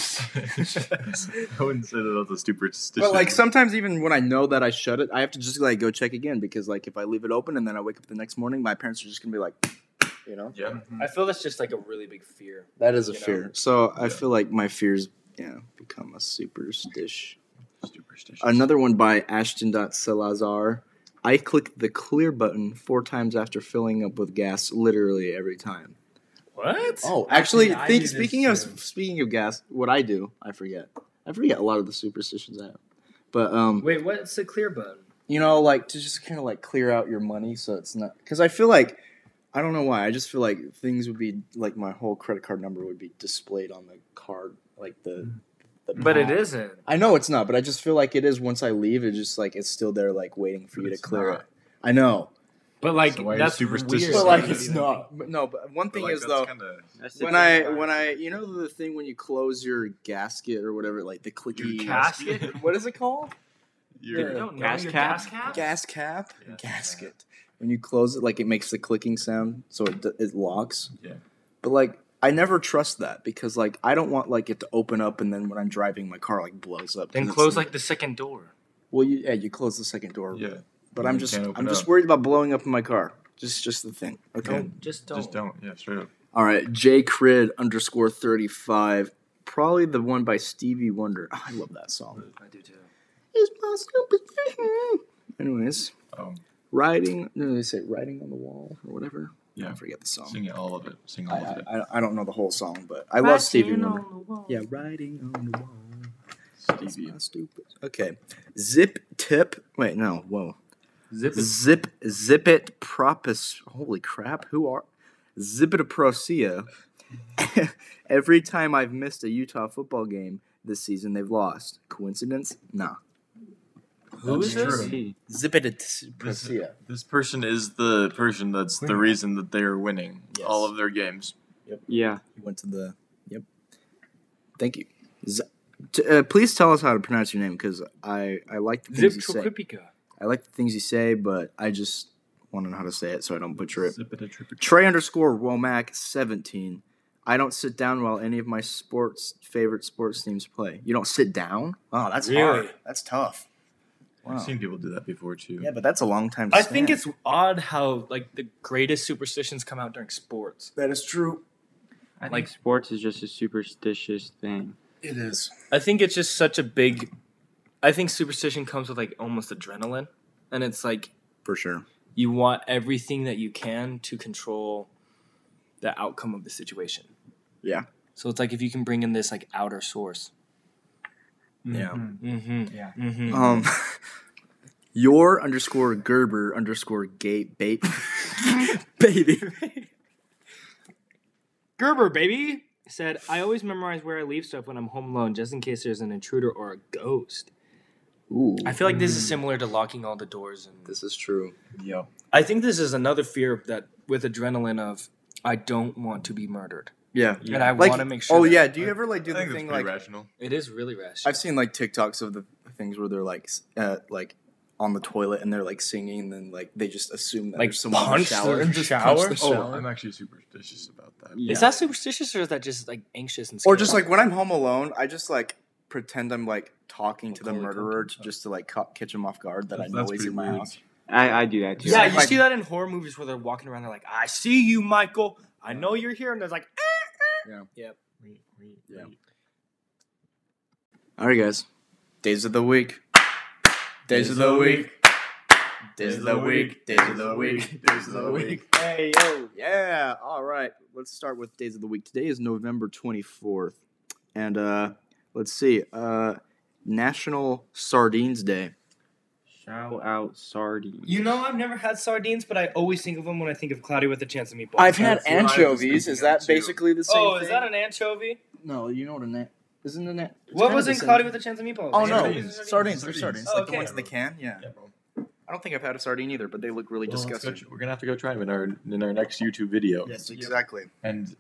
[SPEAKER 4] I wouldn't say that that's a superstitious.
[SPEAKER 1] but like sometimes, even when I know that I shut it, I have to just like go check again because like if I leave it open and then I wake up the next morning, my parents are just gonna be like, you know,
[SPEAKER 4] Yeah.
[SPEAKER 7] I feel that's just like a really big fear.
[SPEAKER 1] that is
[SPEAKER 7] a
[SPEAKER 1] a
[SPEAKER 7] fear.
[SPEAKER 1] fear. So I
[SPEAKER 4] Yeah.
[SPEAKER 1] feel like my fears, yeah, become a superstition.
[SPEAKER 4] Superstitious.
[SPEAKER 1] Another one by Ashton Salazar. I click the clear button four times after filling up with gas, literally every time.
[SPEAKER 7] What?
[SPEAKER 1] Oh, actually,
[SPEAKER 4] I
[SPEAKER 1] think,
[SPEAKER 4] do this
[SPEAKER 1] speaking of
[SPEAKER 4] too.
[SPEAKER 1] speaking of gas, what I do, I forget. I forget a lot of the superstitions I have. But um,
[SPEAKER 7] Wait, what's the clear button?
[SPEAKER 1] you know, like to just kind of like clear out your money so it's not because I feel like I don't know why. I just feel like things would be like my whole credit card number would be displayed on the card, like the. the
[SPEAKER 7] But it
[SPEAKER 1] pad.
[SPEAKER 7] isn't.
[SPEAKER 1] I know it's not, but I just feel like it is. Once I leave, it's just like it's still there, like waiting for
[SPEAKER 4] But
[SPEAKER 1] you to
[SPEAKER 4] it's
[SPEAKER 1] clear
[SPEAKER 4] not.
[SPEAKER 1] it. I know,
[SPEAKER 7] But like
[SPEAKER 4] So why are you
[SPEAKER 7] that's
[SPEAKER 4] superstitious?
[SPEAKER 1] but
[SPEAKER 7] weird.
[SPEAKER 4] But,
[SPEAKER 1] like
[SPEAKER 4] like,
[SPEAKER 1] it's not. But, no, but one thing
[SPEAKER 4] But, like,
[SPEAKER 1] is
[SPEAKER 4] that's
[SPEAKER 1] though,
[SPEAKER 4] kinda-
[SPEAKER 5] That's the
[SPEAKER 1] when
[SPEAKER 5] thing.
[SPEAKER 1] I when I you know the thing when you close your gasket or whatever, like the clicky
[SPEAKER 4] Your
[SPEAKER 7] casket.
[SPEAKER 1] What is it called?
[SPEAKER 4] you're-
[SPEAKER 7] You don't know
[SPEAKER 5] Gas
[SPEAKER 7] your
[SPEAKER 5] cap?
[SPEAKER 7] gas cap?
[SPEAKER 1] Gas cap,
[SPEAKER 4] Yeah.
[SPEAKER 1] gasket. When you close it, like it makes the clicking sound, so it, d- it locks.
[SPEAKER 4] Yeah.
[SPEAKER 1] But like I never trust that because like I don't want like it to open up and then when I'm driving my car like blows up.
[SPEAKER 7] Then
[SPEAKER 1] And it's-
[SPEAKER 7] close like the second door.
[SPEAKER 1] well you yeah you close the second door.
[SPEAKER 4] yeah.
[SPEAKER 1] But
[SPEAKER 4] You
[SPEAKER 1] I'm just
[SPEAKER 4] can't open
[SPEAKER 1] I'm just
[SPEAKER 4] up.
[SPEAKER 1] worried about blowing up in my car. Just just the thing. Okay.
[SPEAKER 7] Don't just don't.
[SPEAKER 4] Just don't. Yeah. Straight up.
[SPEAKER 1] All right, J Crid underscore thirty five. probably the one by Stevie Wonder. Oh, I love that song.
[SPEAKER 7] I do too.
[SPEAKER 1] It's my stupid thing. Anyways,
[SPEAKER 4] Um,
[SPEAKER 1] writing. No, they say writing on the wall or whatever.
[SPEAKER 4] Yeah.
[SPEAKER 1] I forget the song.
[SPEAKER 4] sing it all of it. Sing
[SPEAKER 1] Um, I,
[SPEAKER 4] all of it.
[SPEAKER 1] I, I don't know the whole song, but I love Stevie Wonder. Yeah, writing on the wall. It's
[SPEAKER 4] Stevie.
[SPEAKER 1] my stupid. Okay, zip tip. Wait, no, whoa.
[SPEAKER 4] Zip it.
[SPEAKER 1] Zip zip it propus. Holy crap! Who are zip it a prosia? Every time I've missed a Utah football game this season, they've lost. Coincidence? Nah.
[SPEAKER 4] Who is
[SPEAKER 5] Let's
[SPEAKER 4] this?
[SPEAKER 5] see.
[SPEAKER 1] Zip it a
[SPEAKER 4] This, this person is the person that's the reason that they are winning
[SPEAKER 1] Yes.
[SPEAKER 4] all of their games.
[SPEAKER 5] Yeah.
[SPEAKER 1] You went to the. Yep. Thank you. Z- t- uh, please tell us how to pronounce your name because I I like the things
[SPEAKER 7] Zip
[SPEAKER 1] you say. I like the things you say, but I just want to know how to say it so I don't butcher it.
[SPEAKER 4] Zip it a trip it.
[SPEAKER 1] Trey underscore Womack seventeen. I don't sit down while any of my sports favorite sports teams play. You don't sit down? Oh, that's hard.
[SPEAKER 7] Really?
[SPEAKER 1] That's tough. Wow.
[SPEAKER 4] I've seen people do that before too.
[SPEAKER 1] Yeah, but that's a long time.
[SPEAKER 7] I think
[SPEAKER 1] stand.
[SPEAKER 7] it's odd how like the greatest superstitions come out during sports.
[SPEAKER 1] that is true.
[SPEAKER 5] I think
[SPEAKER 7] Like-
[SPEAKER 5] sports is just a superstitious thing.
[SPEAKER 1] It is.
[SPEAKER 7] I think it's just such a big. I think superstition comes with like almost adrenaline, and it's like
[SPEAKER 1] For sure.
[SPEAKER 7] you want everything that you can to control the outcome of the situation.
[SPEAKER 1] Yeah.
[SPEAKER 7] So it's like if you can bring in this like outer source.
[SPEAKER 1] Yeah.
[SPEAKER 7] Mm-hmm.
[SPEAKER 2] Yeah.
[SPEAKER 7] Mm-hmm.
[SPEAKER 1] Um, your underscore Gerber underscore gate bait baby.
[SPEAKER 7] Gerber, baby, said, I always memorize where I leave stuff when I'm home alone, just in case there's an intruder or a ghost.
[SPEAKER 1] Ooh,
[SPEAKER 7] I feel like this
[SPEAKER 1] Mm.
[SPEAKER 7] is similar to locking all the doors. And
[SPEAKER 1] this is true.
[SPEAKER 4] Yeah.
[SPEAKER 7] I think this is another fear that with adrenaline of I don't want to be murdered,
[SPEAKER 1] Yeah,
[SPEAKER 7] and I
[SPEAKER 1] like
[SPEAKER 7] want to make sure.
[SPEAKER 1] Oh
[SPEAKER 7] that-
[SPEAKER 1] yeah, do you ever like do
[SPEAKER 4] I
[SPEAKER 1] the
[SPEAKER 4] think that's
[SPEAKER 1] thing
[SPEAKER 4] pretty
[SPEAKER 1] like
[SPEAKER 4] rational.
[SPEAKER 7] it is really rash.
[SPEAKER 1] I've seen like TikToks of the things where they're like s- uh, like on the toilet and they're like singing and then like they just assume that
[SPEAKER 7] Like
[SPEAKER 1] there's someone in the
[SPEAKER 7] punch
[SPEAKER 1] shower.
[SPEAKER 7] the-
[SPEAKER 1] Just
[SPEAKER 7] shower?
[SPEAKER 1] punch the
[SPEAKER 4] Oh,
[SPEAKER 1] shower.
[SPEAKER 4] I'm actually superstitious about that.
[SPEAKER 5] Yeah.
[SPEAKER 7] Is that superstitious or is that just like anxious and? Scared?
[SPEAKER 1] or just like when I'm home alone, I just like pretend I'm like talking to the
[SPEAKER 7] Macaulay
[SPEAKER 1] murderer to, just to like ca- catch him off guard that I know he's
[SPEAKER 4] pretty
[SPEAKER 1] in my
[SPEAKER 4] weird.
[SPEAKER 1] house.
[SPEAKER 5] I, I do that too.
[SPEAKER 7] Yeah,
[SPEAKER 1] Like
[SPEAKER 7] you
[SPEAKER 1] my-
[SPEAKER 7] see that in horror movies where they're walking around. They're like, "I see you, Michael. I know you're here," and there's like, "Eh,
[SPEAKER 1] All right, guys. Days of the week. Days of the week. Days of the week. Days of the week. Days of the week. Hey yo, yeah. All right, let's start with days of the week. Today is November twenty fourth, and uh, let's see, uh, National Sardines Day.
[SPEAKER 5] Shout out sardines.
[SPEAKER 7] "You know, I've never had sardines, but I always think of them when I think of Cloudy with a Chance of Meatballs."
[SPEAKER 4] had what I was anchovies. Is thinking that of, too. basically
[SPEAKER 1] the
[SPEAKER 7] Oh, is that an anchovy?
[SPEAKER 1] no? You know what a net isn't a net.
[SPEAKER 7] What was in Cloudy with a Chance of Meatballs?
[SPEAKER 1] Oh no,
[SPEAKER 4] Sardines.
[SPEAKER 1] sardines. Sardines. They're
[SPEAKER 4] Sardines.
[SPEAKER 1] sardines.
[SPEAKER 7] Oh,
[SPEAKER 1] like the
[SPEAKER 7] okay.
[SPEAKER 1] ones in the can. Yeah.
[SPEAKER 4] Yeah, bro.
[SPEAKER 1] I don't think I've had a sardine either, but they look really
[SPEAKER 4] Well, let's go
[SPEAKER 1] disgusting.
[SPEAKER 4] ch- we're gonna have to go try them in our in our next YouTube video.
[SPEAKER 1] Yes, exactly.
[SPEAKER 4] And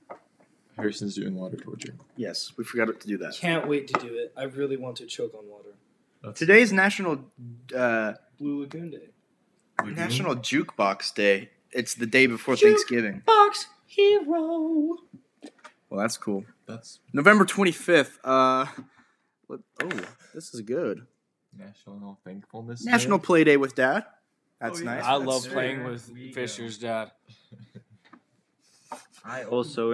[SPEAKER 4] Harrison's doing water torture.
[SPEAKER 1] Yes, we forgot to do that.
[SPEAKER 7] Can't wait to do it. I really want to choke on water.
[SPEAKER 1] Today's National uh,
[SPEAKER 7] Blue Lagoon Day.
[SPEAKER 1] National Jukebox Day. It's the day before
[SPEAKER 7] Juke-
[SPEAKER 1] Thanksgiving.
[SPEAKER 7] Box hero.
[SPEAKER 1] Well, that's cool.
[SPEAKER 4] That's
[SPEAKER 1] November 25th. Uh, let, oh, this is good.
[SPEAKER 4] National Thankfulness.
[SPEAKER 1] National
[SPEAKER 4] Day.
[SPEAKER 1] Play Day with Dad. That's
[SPEAKER 4] Oh, yeah.
[SPEAKER 1] nice.
[SPEAKER 7] I
[SPEAKER 1] That's
[SPEAKER 7] love
[SPEAKER 1] sweet.
[SPEAKER 7] playing
[SPEAKER 4] There
[SPEAKER 7] with
[SPEAKER 4] we
[SPEAKER 7] Fisher's dad.
[SPEAKER 5] I also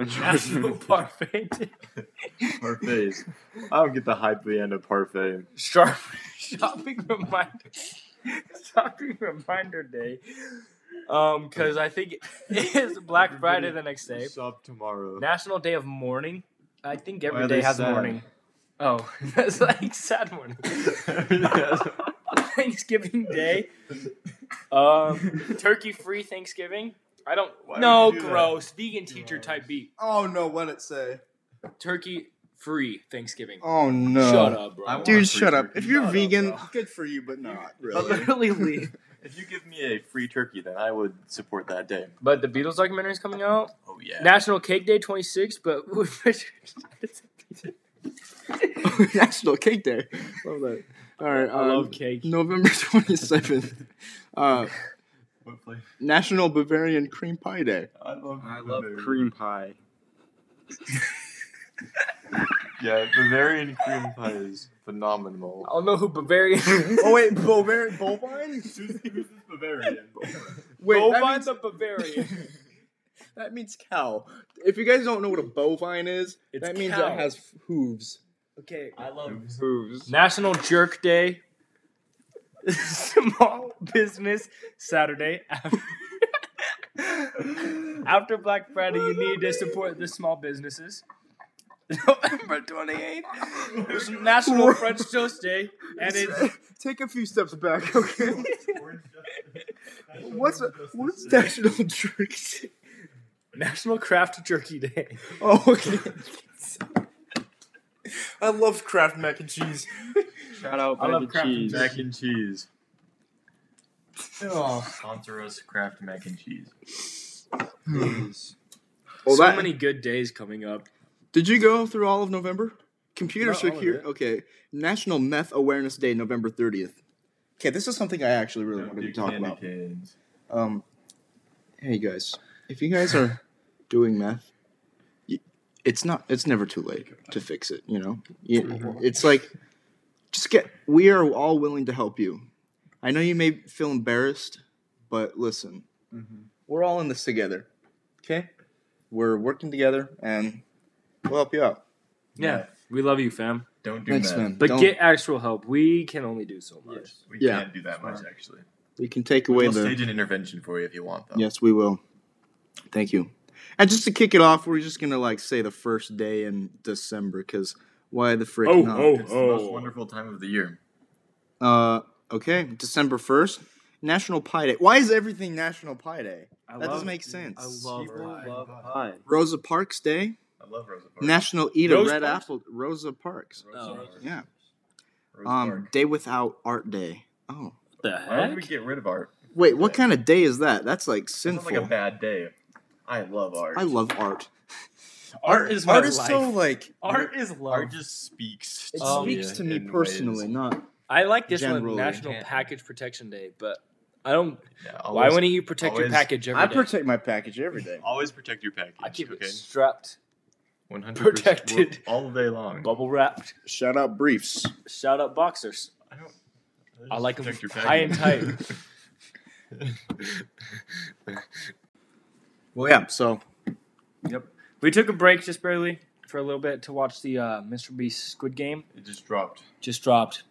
[SPEAKER 7] National
[SPEAKER 5] enjoy
[SPEAKER 7] Parfait Day.
[SPEAKER 4] parfaits. I don't get the hype of the end of parfait.
[SPEAKER 7] Sharp, shopping reminder. Shopping reminder day. Um, because I think it is Black Friday the next day.
[SPEAKER 4] Shop tomorrow.
[SPEAKER 7] National Day of Mourning. I think every
[SPEAKER 4] Why are
[SPEAKER 7] day
[SPEAKER 4] they
[SPEAKER 7] has
[SPEAKER 4] sad?
[SPEAKER 7] a morning. Oh, that's like sad morning. Thanksgiving Day. Um, turkey free Thanksgiving. I don't.
[SPEAKER 4] Why
[SPEAKER 7] no,
[SPEAKER 4] would you do that?
[SPEAKER 7] gross. Vegan teacher type beat.
[SPEAKER 1] Oh, no. What it say?
[SPEAKER 7] Turkey free Thanksgiving.
[SPEAKER 1] Oh, no.
[SPEAKER 7] Shut
[SPEAKER 4] I
[SPEAKER 7] up, bro.
[SPEAKER 4] want
[SPEAKER 1] Dude,
[SPEAKER 4] free
[SPEAKER 1] shut up.
[SPEAKER 4] turkey.
[SPEAKER 1] If you're
[SPEAKER 4] Shut up,
[SPEAKER 1] vegan,
[SPEAKER 4] bro.
[SPEAKER 1] good for you, but not
[SPEAKER 4] But
[SPEAKER 1] really.
[SPEAKER 4] literally, if you give me a free turkey, then I would support that day.
[SPEAKER 7] But the Beatles documentary is coming out.
[SPEAKER 4] Oh yeah.
[SPEAKER 7] National Cake Day 26, but with Richard.
[SPEAKER 1] National Cake Day. Love that. All right.
[SPEAKER 7] I
[SPEAKER 1] um,
[SPEAKER 7] love cake.
[SPEAKER 1] November 27th. Uh,
[SPEAKER 4] What flavor?
[SPEAKER 1] National Bavarian Cream Pie Day.
[SPEAKER 4] I love.
[SPEAKER 5] I love
[SPEAKER 4] Bavarian.
[SPEAKER 5] cream pie.
[SPEAKER 4] Yeah, Bavarian cream pie is
[SPEAKER 7] I
[SPEAKER 4] phenomenal.
[SPEAKER 7] don't know who Bavarian.
[SPEAKER 1] Oh wait, Bovarian bovine?
[SPEAKER 4] Bavarian.
[SPEAKER 1] Wait,
[SPEAKER 7] Go
[SPEAKER 1] that
[SPEAKER 7] find
[SPEAKER 1] means,
[SPEAKER 7] the Bavarian.
[SPEAKER 1] that means cow. If you guys don't know what a bovine is,
[SPEAKER 7] It's
[SPEAKER 1] that means
[SPEAKER 7] cow.
[SPEAKER 1] it has hooves.
[SPEAKER 7] Okay.
[SPEAKER 4] I love
[SPEAKER 5] Hooves.
[SPEAKER 7] National Jerk Day. Small Business Saturday. After, after Black Friday, you need to support the small businesses. November 28th. There's National French Toast Day. And it's
[SPEAKER 1] Take a few steps back, okay? what's a, what's national jerk? Day?
[SPEAKER 7] National Craft Jerky Day.
[SPEAKER 1] Oh, okay.
[SPEAKER 4] I love Kraft mac and cheese.
[SPEAKER 5] Shout out
[SPEAKER 3] I
[SPEAKER 5] mac
[SPEAKER 3] love
[SPEAKER 5] and
[SPEAKER 3] Kraft and
[SPEAKER 5] cheese.
[SPEAKER 4] Mac and cheese. Oh,
[SPEAKER 7] Oh.
[SPEAKER 4] Sponsor us Kraft mac and cheese.
[SPEAKER 1] Well,
[SPEAKER 7] so
[SPEAKER 1] that-
[SPEAKER 7] many good days coming up.
[SPEAKER 1] Did you go through all of November? Computer
[SPEAKER 7] Not all of
[SPEAKER 1] secure.
[SPEAKER 7] it.
[SPEAKER 1] Okay, National Meth Awareness Day, November thirtieth. Okay, this is something I actually really wanted to talk about.
[SPEAKER 4] Canes.
[SPEAKER 1] Um, hey guys, if you guys are doing meth, y- it's not. It's never too late to fix it. You know, You- it's like just get. We are all willing to help you. I know you may feel embarrassed, but listen, we're all in this together. Okay, we're working together, and we'll help you out.
[SPEAKER 7] Yeah. We love you, fam.
[SPEAKER 4] Don't do
[SPEAKER 1] Thanks,
[SPEAKER 4] that.
[SPEAKER 1] man.
[SPEAKER 7] But
[SPEAKER 1] Don't-
[SPEAKER 7] get actual help. We can only do so much.
[SPEAKER 4] We
[SPEAKER 1] Yeah.
[SPEAKER 4] can't do that much actually.
[SPEAKER 1] we can take away
[SPEAKER 4] We'll
[SPEAKER 1] the.
[SPEAKER 4] stage an intervention for you if you want though.
[SPEAKER 1] Yes, we will. Thank you. And just to kick it off, we're just gonna like say the first day in December because why the frick
[SPEAKER 4] Oh,
[SPEAKER 1] not?
[SPEAKER 4] It's the most wonderful time of the year.
[SPEAKER 1] Uh, okay, December first, National Pie Day. Why is everything National Pie Day?
[SPEAKER 7] I
[SPEAKER 1] that
[SPEAKER 7] love-
[SPEAKER 1] doesn't make sense.
[SPEAKER 4] pie.
[SPEAKER 5] pie.
[SPEAKER 1] Rosa Parks Day,
[SPEAKER 4] I love Rosa Parks.
[SPEAKER 1] National Eat a
[SPEAKER 7] Rose
[SPEAKER 1] Red
[SPEAKER 7] Parks?
[SPEAKER 1] Apple. Rosa Parks.
[SPEAKER 4] Rosa
[SPEAKER 7] Oh.
[SPEAKER 4] Parks.
[SPEAKER 1] Yeah.
[SPEAKER 4] Rosa
[SPEAKER 1] Um,
[SPEAKER 4] Parks.
[SPEAKER 1] Day Without Art Day. Oh,
[SPEAKER 7] the
[SPEAKER 4] Why did we get rid of art?
[SPEAKER 1] wait, what
[SPEAKER 4] Day.
[SPEAKER 1] kind of day is that? That's like
[SPEAKER 4] Sounds
[SPEAKER 1] sinful.
[SPEAKER 4] like a bad day. I love art.
[SPEAKER 1] I love art.
[SPEAKER 7] Art is my
[SPEAKER 1] art is
[SPEAKER 7] life.
[SPEAKER 1] so like
[SPEAKER 7] Art is love.
[SPEAKER 4] art. Just speaks.
[SPEAKER 1] it
[SPEAKER 7] Um,
[SPEAKER 1] speaks to me
[SPEAKER 4] Oh, in ways.
[SPEAKER 1] personally, not
[SPEAKER 7] I like this
[SPEAKER 1] Generally.
[SPEAKER 7] one, National
[SPEAKER 4] Yeah.
[SPEAKER 7] Package Protection Day, but I don't.
[SPEAKER 4] Yeah,
[SPEAKER 7] why
[SPEAKER 4] always-
[SPEAKER 7] wouldn't you protect your
[SPEAKER 4] always-
[SPEAKER 7] package every
[SPEAKER 1] I
[SPEAKER 7] day?
[SPEAKER 1] protect my package every day.
[SPEAKER 4] Always protect your package.
[SPEAKER 7] I keep
[SPEAKER 4] okay?
[SPEAKER 7] it strapped,
[SPEAKER 4] 100%
[SPEAKER 7] protected.
[SPEAKER 4] all day long.
[SPEAKER 7] bubble wrapped.
[SPEAKER 1] Shout out briefs.
[SPEAKER 7] Shout out boxers.
[SPEAKER 4] I, don't,
[SPEAKER 7] I like them
[SPEAKER 4] Protect your
[SPEAKER 7] high and tight.
[SPEAKER 4] package.
[SPEAKER 1] Well, yeah. So
[SPEAKER 7] We took a break just barely for a little bit to watch the uh, Mr. Beast Squid Game.
[SPEAKER 4] it just dropped.
[SPEAKER 7] Just dropped.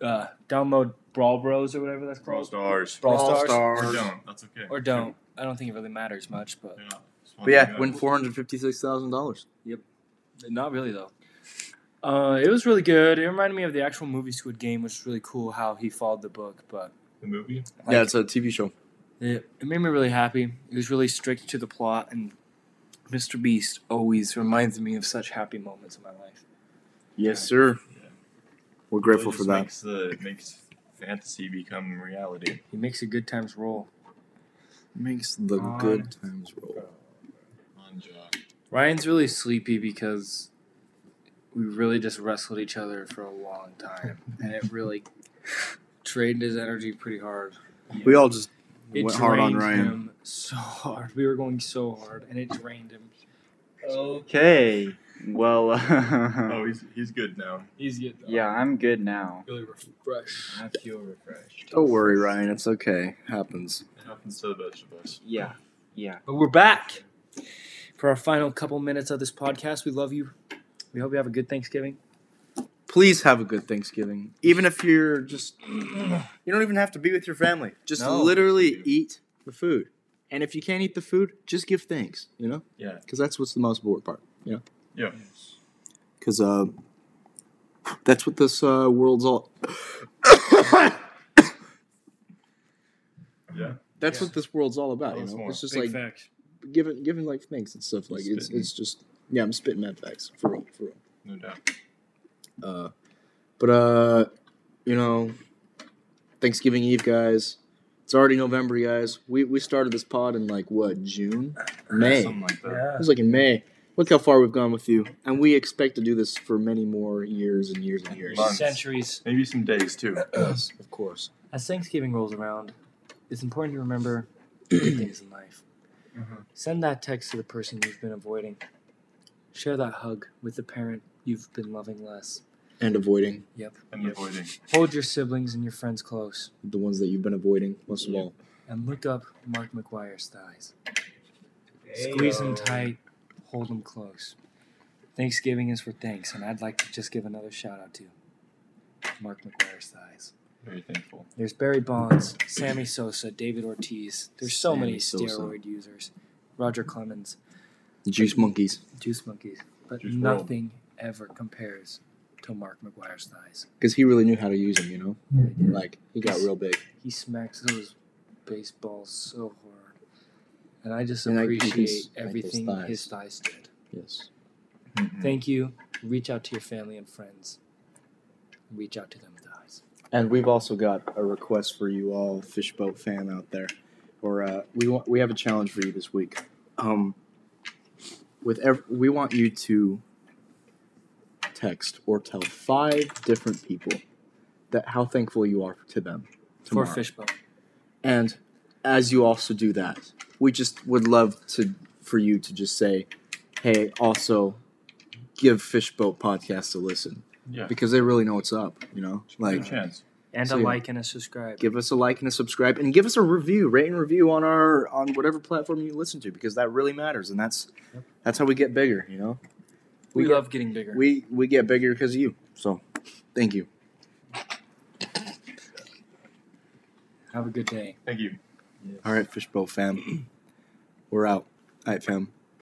[SPEAKER 7] Uh, download Brawl Bros or whatever that's
[SPEAKER 4] Brawl
[SPEAKER 7] called.
[SPEAKER 4] stars.
[SPEAKER 7] Brawl
[SPEAKER 1] Brawl
[SPEAKER 7] Stars.
[SPEAKER 1] Stars.
[SPEAKER 4] Or don't. That's okay.
[SPEAKER 7] Or don't. I don't think it really matters much, but
[SPEAKER 4] They're not. It's one
[SPEAKER 1] But
[SPEAKER 4] thing
[SPEAKER 1] yeah,
[SPEAKER 4] I-
[SPEAKER 1] win four hundred fifty-six thousand dollars.
[SPEAKER 7] Not really though. Uh, it was really good. It reminded me of the actual movie Squid Game, which is really cool how he followed the book. But
[SPEAKER 4] the movie.
[SPEAKER 1] Yeah, it's a TV show.
[SPEAKER 7] it, it made me really happy. It was really strict to the plot, and Mr. Beast always reminds me of such happy moments in my life.
[SPEAKER 1] Yes, sir.
[SPEAKER 4] Yeah.
[SPEAKER 1] We're grateful
[SPEAKER 4] Really
[SPEAKER 1] for
[SPEAKER 4] just
[SPEAKER 1] that.
[SPEAKER 4] Makes the it makes fantasy become reality.
[SPEAKER 7] He makes a good times roll.
[SPEAKER 1] Makes the
[SPEAKER 7] Uh,
[SPEAKER 1] good times roll.
[SPEAKER 4] On job.
[SPEAKER 7] Ryan's really sleepy because we really just wrestled each other for a long time, and it really drained his energy pretty hard.
[SPEAKER 1] We all just
[SPEAKER 7] It
[SPEAKER 1] went hard on
[SPEAKER 7] drained
[SPEAKER 1] Ryan.
[SPEAKER 7] him so hard. We were going so hard, and it drained him.
[SPEAKER 5] Okay. Well.
[SPEAKER 4] Oh, he's he's good now.
[SPEAKER 7] He's good though.
[SPEAKER 5] yeah, I'm good now.
[SPEAKER 7] Really refreshed.
[SPEAKER 4] I feel refreshed.
[SPEAKER 1] Don't worry, Ryan. It's okay. Happens.
[SPEAKER 4] It happens to the best of us.
[SPEAKER 5] Yeah. Yeah.
[SPEAKER 7] But we're back for our final couple minutes of this podcast. We love you. We hope you have a good Thanksgiving.
[SPEAKER 1] Please have a good Thanksgiving. Even if you're just, you don't even have to be with your family. Just
[SPEAKER 4] No.
[SPEAKER 1] literally eat the food. And if you can't eat the food, just give thanks. You know,
[SPEAKER 4] Yeah.
[SPEAKER 1] because that's what's the most important part. You know.
[SPEAKER 4] Yeah.
[SPEAKER 1] because uh, that's what this uh, world's all.
[SPEAKER 4] Yeah.
[SPEAKER 1] That's
[SPEAKER 7] Yeah.
[SPEAKER 1] what this world's all about. You
[SPEAKER 4] Tell us
[SPEAKER 1] know,
[SPEAKER 4] more.
[SPEAKER 1] it's just
[SPEAKER 7] Big
[SPEAKER 1] like
[SPEAKER 7] facts.
[SPEAKER 1] giving giving like thanks and stuff. Like it's
[SPEAKER 4] Spitting.
[SPEAKER 1] it's just yeah, I'm spitting mad facts for real for real.
[SPEAKER 4] No doubt.
[SPEAKER 1] Uh, but uh, you know, Thanksgiving Eve, guys. It's already November, guys. We we started this pod in like what June, May.
[SPEAKER 4] Something like that.
[SPEAKER 1] It was like in May. Look how far we've gone with you, and we expect to do this for many more years and years and years.
[SPEAKER 4] Months.
[SPEAKER 7] Centuries.
[SPEAKER 4] Maybe some days too.
[SPEAKER 1] Yes, of course.
[SPEAKER 7] As Thanksgiving rolls around, it's important to remember good things in life.
[SPEAKER 4] Mhm.
[SPEAKER 7] Send that text to the person you've been avoiding. Share that hug with the parent you've been loving less.
[SPEAKER 1] And avoiding
[SPEAKER 4] And avoiding.
[SPEAKER 7] Hold your siblings and your friends close,
[SPEAKER 1] the ones that you've been avoiding most of all.
[SPEAKER 7] and look up Mark McGuire's thighs. Squeeze him tight. hold them close. Thanksgiving is for thanks, and I'd like to just give another shout out to Mark McGuire's thighs.
[SPEAKER 4] Very thankful.
[SPEAKER 7] There's Barry Bonds, Sammy Sosa, David Ortiz. There's so many
[SPEAKER 1] Sammy Sosa.
[SPEAKER 7] steroid users. Roger Clemens,
[SPEAKER 1] Juice monkeys.
[SPEAKER 7] Juice Monkeys, but
[SPEAKER 4] Juice WRLD.
[SPEAKER 7] nothing ever compares to Mark McGuire's thighs.
[SPEAKER 1] Because he really knew how to use them, you know? Like, he got real big.
[SPEAKER 7] He smacks those baseballs so hard, and I just
[SPEAKER 1] And I- you can
[SPEAKER 7] appreciate
[SPEAKER 1] s- like those
[SPEAKER 7] everything
[SPEAKER 1] thighs.
[SPEAKER 7] his thighs did.
[SPEAKER 1] Yes.
[SPEAKER 7] Thank you. Reach out to your family and friends. Reach out to them thighs.
[SPEAKER 1] And we've also got a request for you all, Fishboat fan out there, or uh, we want we have a challenge for you this week. Um, with ev- we want you to text or tell five different people that how thankful you are to them tomorrow.
[SPEAKER 7] For Fishbone.
[SPEAKER 1] And as you also do that, we just would love to for you to just say, "Hey, also give Fishboat Podcast a listen."
[SPEAKER 4] Yeah.
[SPEAKER 1] Because they really know what's up, you know. Like
[SPEAKER 4] Good chance.
[SPEAKER 7] And
[SPEAKER 1] So,
[SPEAKER 7] a
[SPEAKER 1] yeah.
[SPEAKER 7] like and a subscribe.
[SPEAKER 1] give us a like and a subscribe and give us a review rate and review on our on whatever platform you listen to because that really matters and that's that's how we get bigger you know
[SPEAKER 7] we
[SPEAKER 1] get,
[SPEAKER 7] love getting bigger.
[SPEAKER 1] we we get bigger because of you so thank you
[SPEAKER 7] Have a good day.
[SPEAKER 4] Thank you.
[SPEAKER 1] all right fishbowl fam we're out all right fam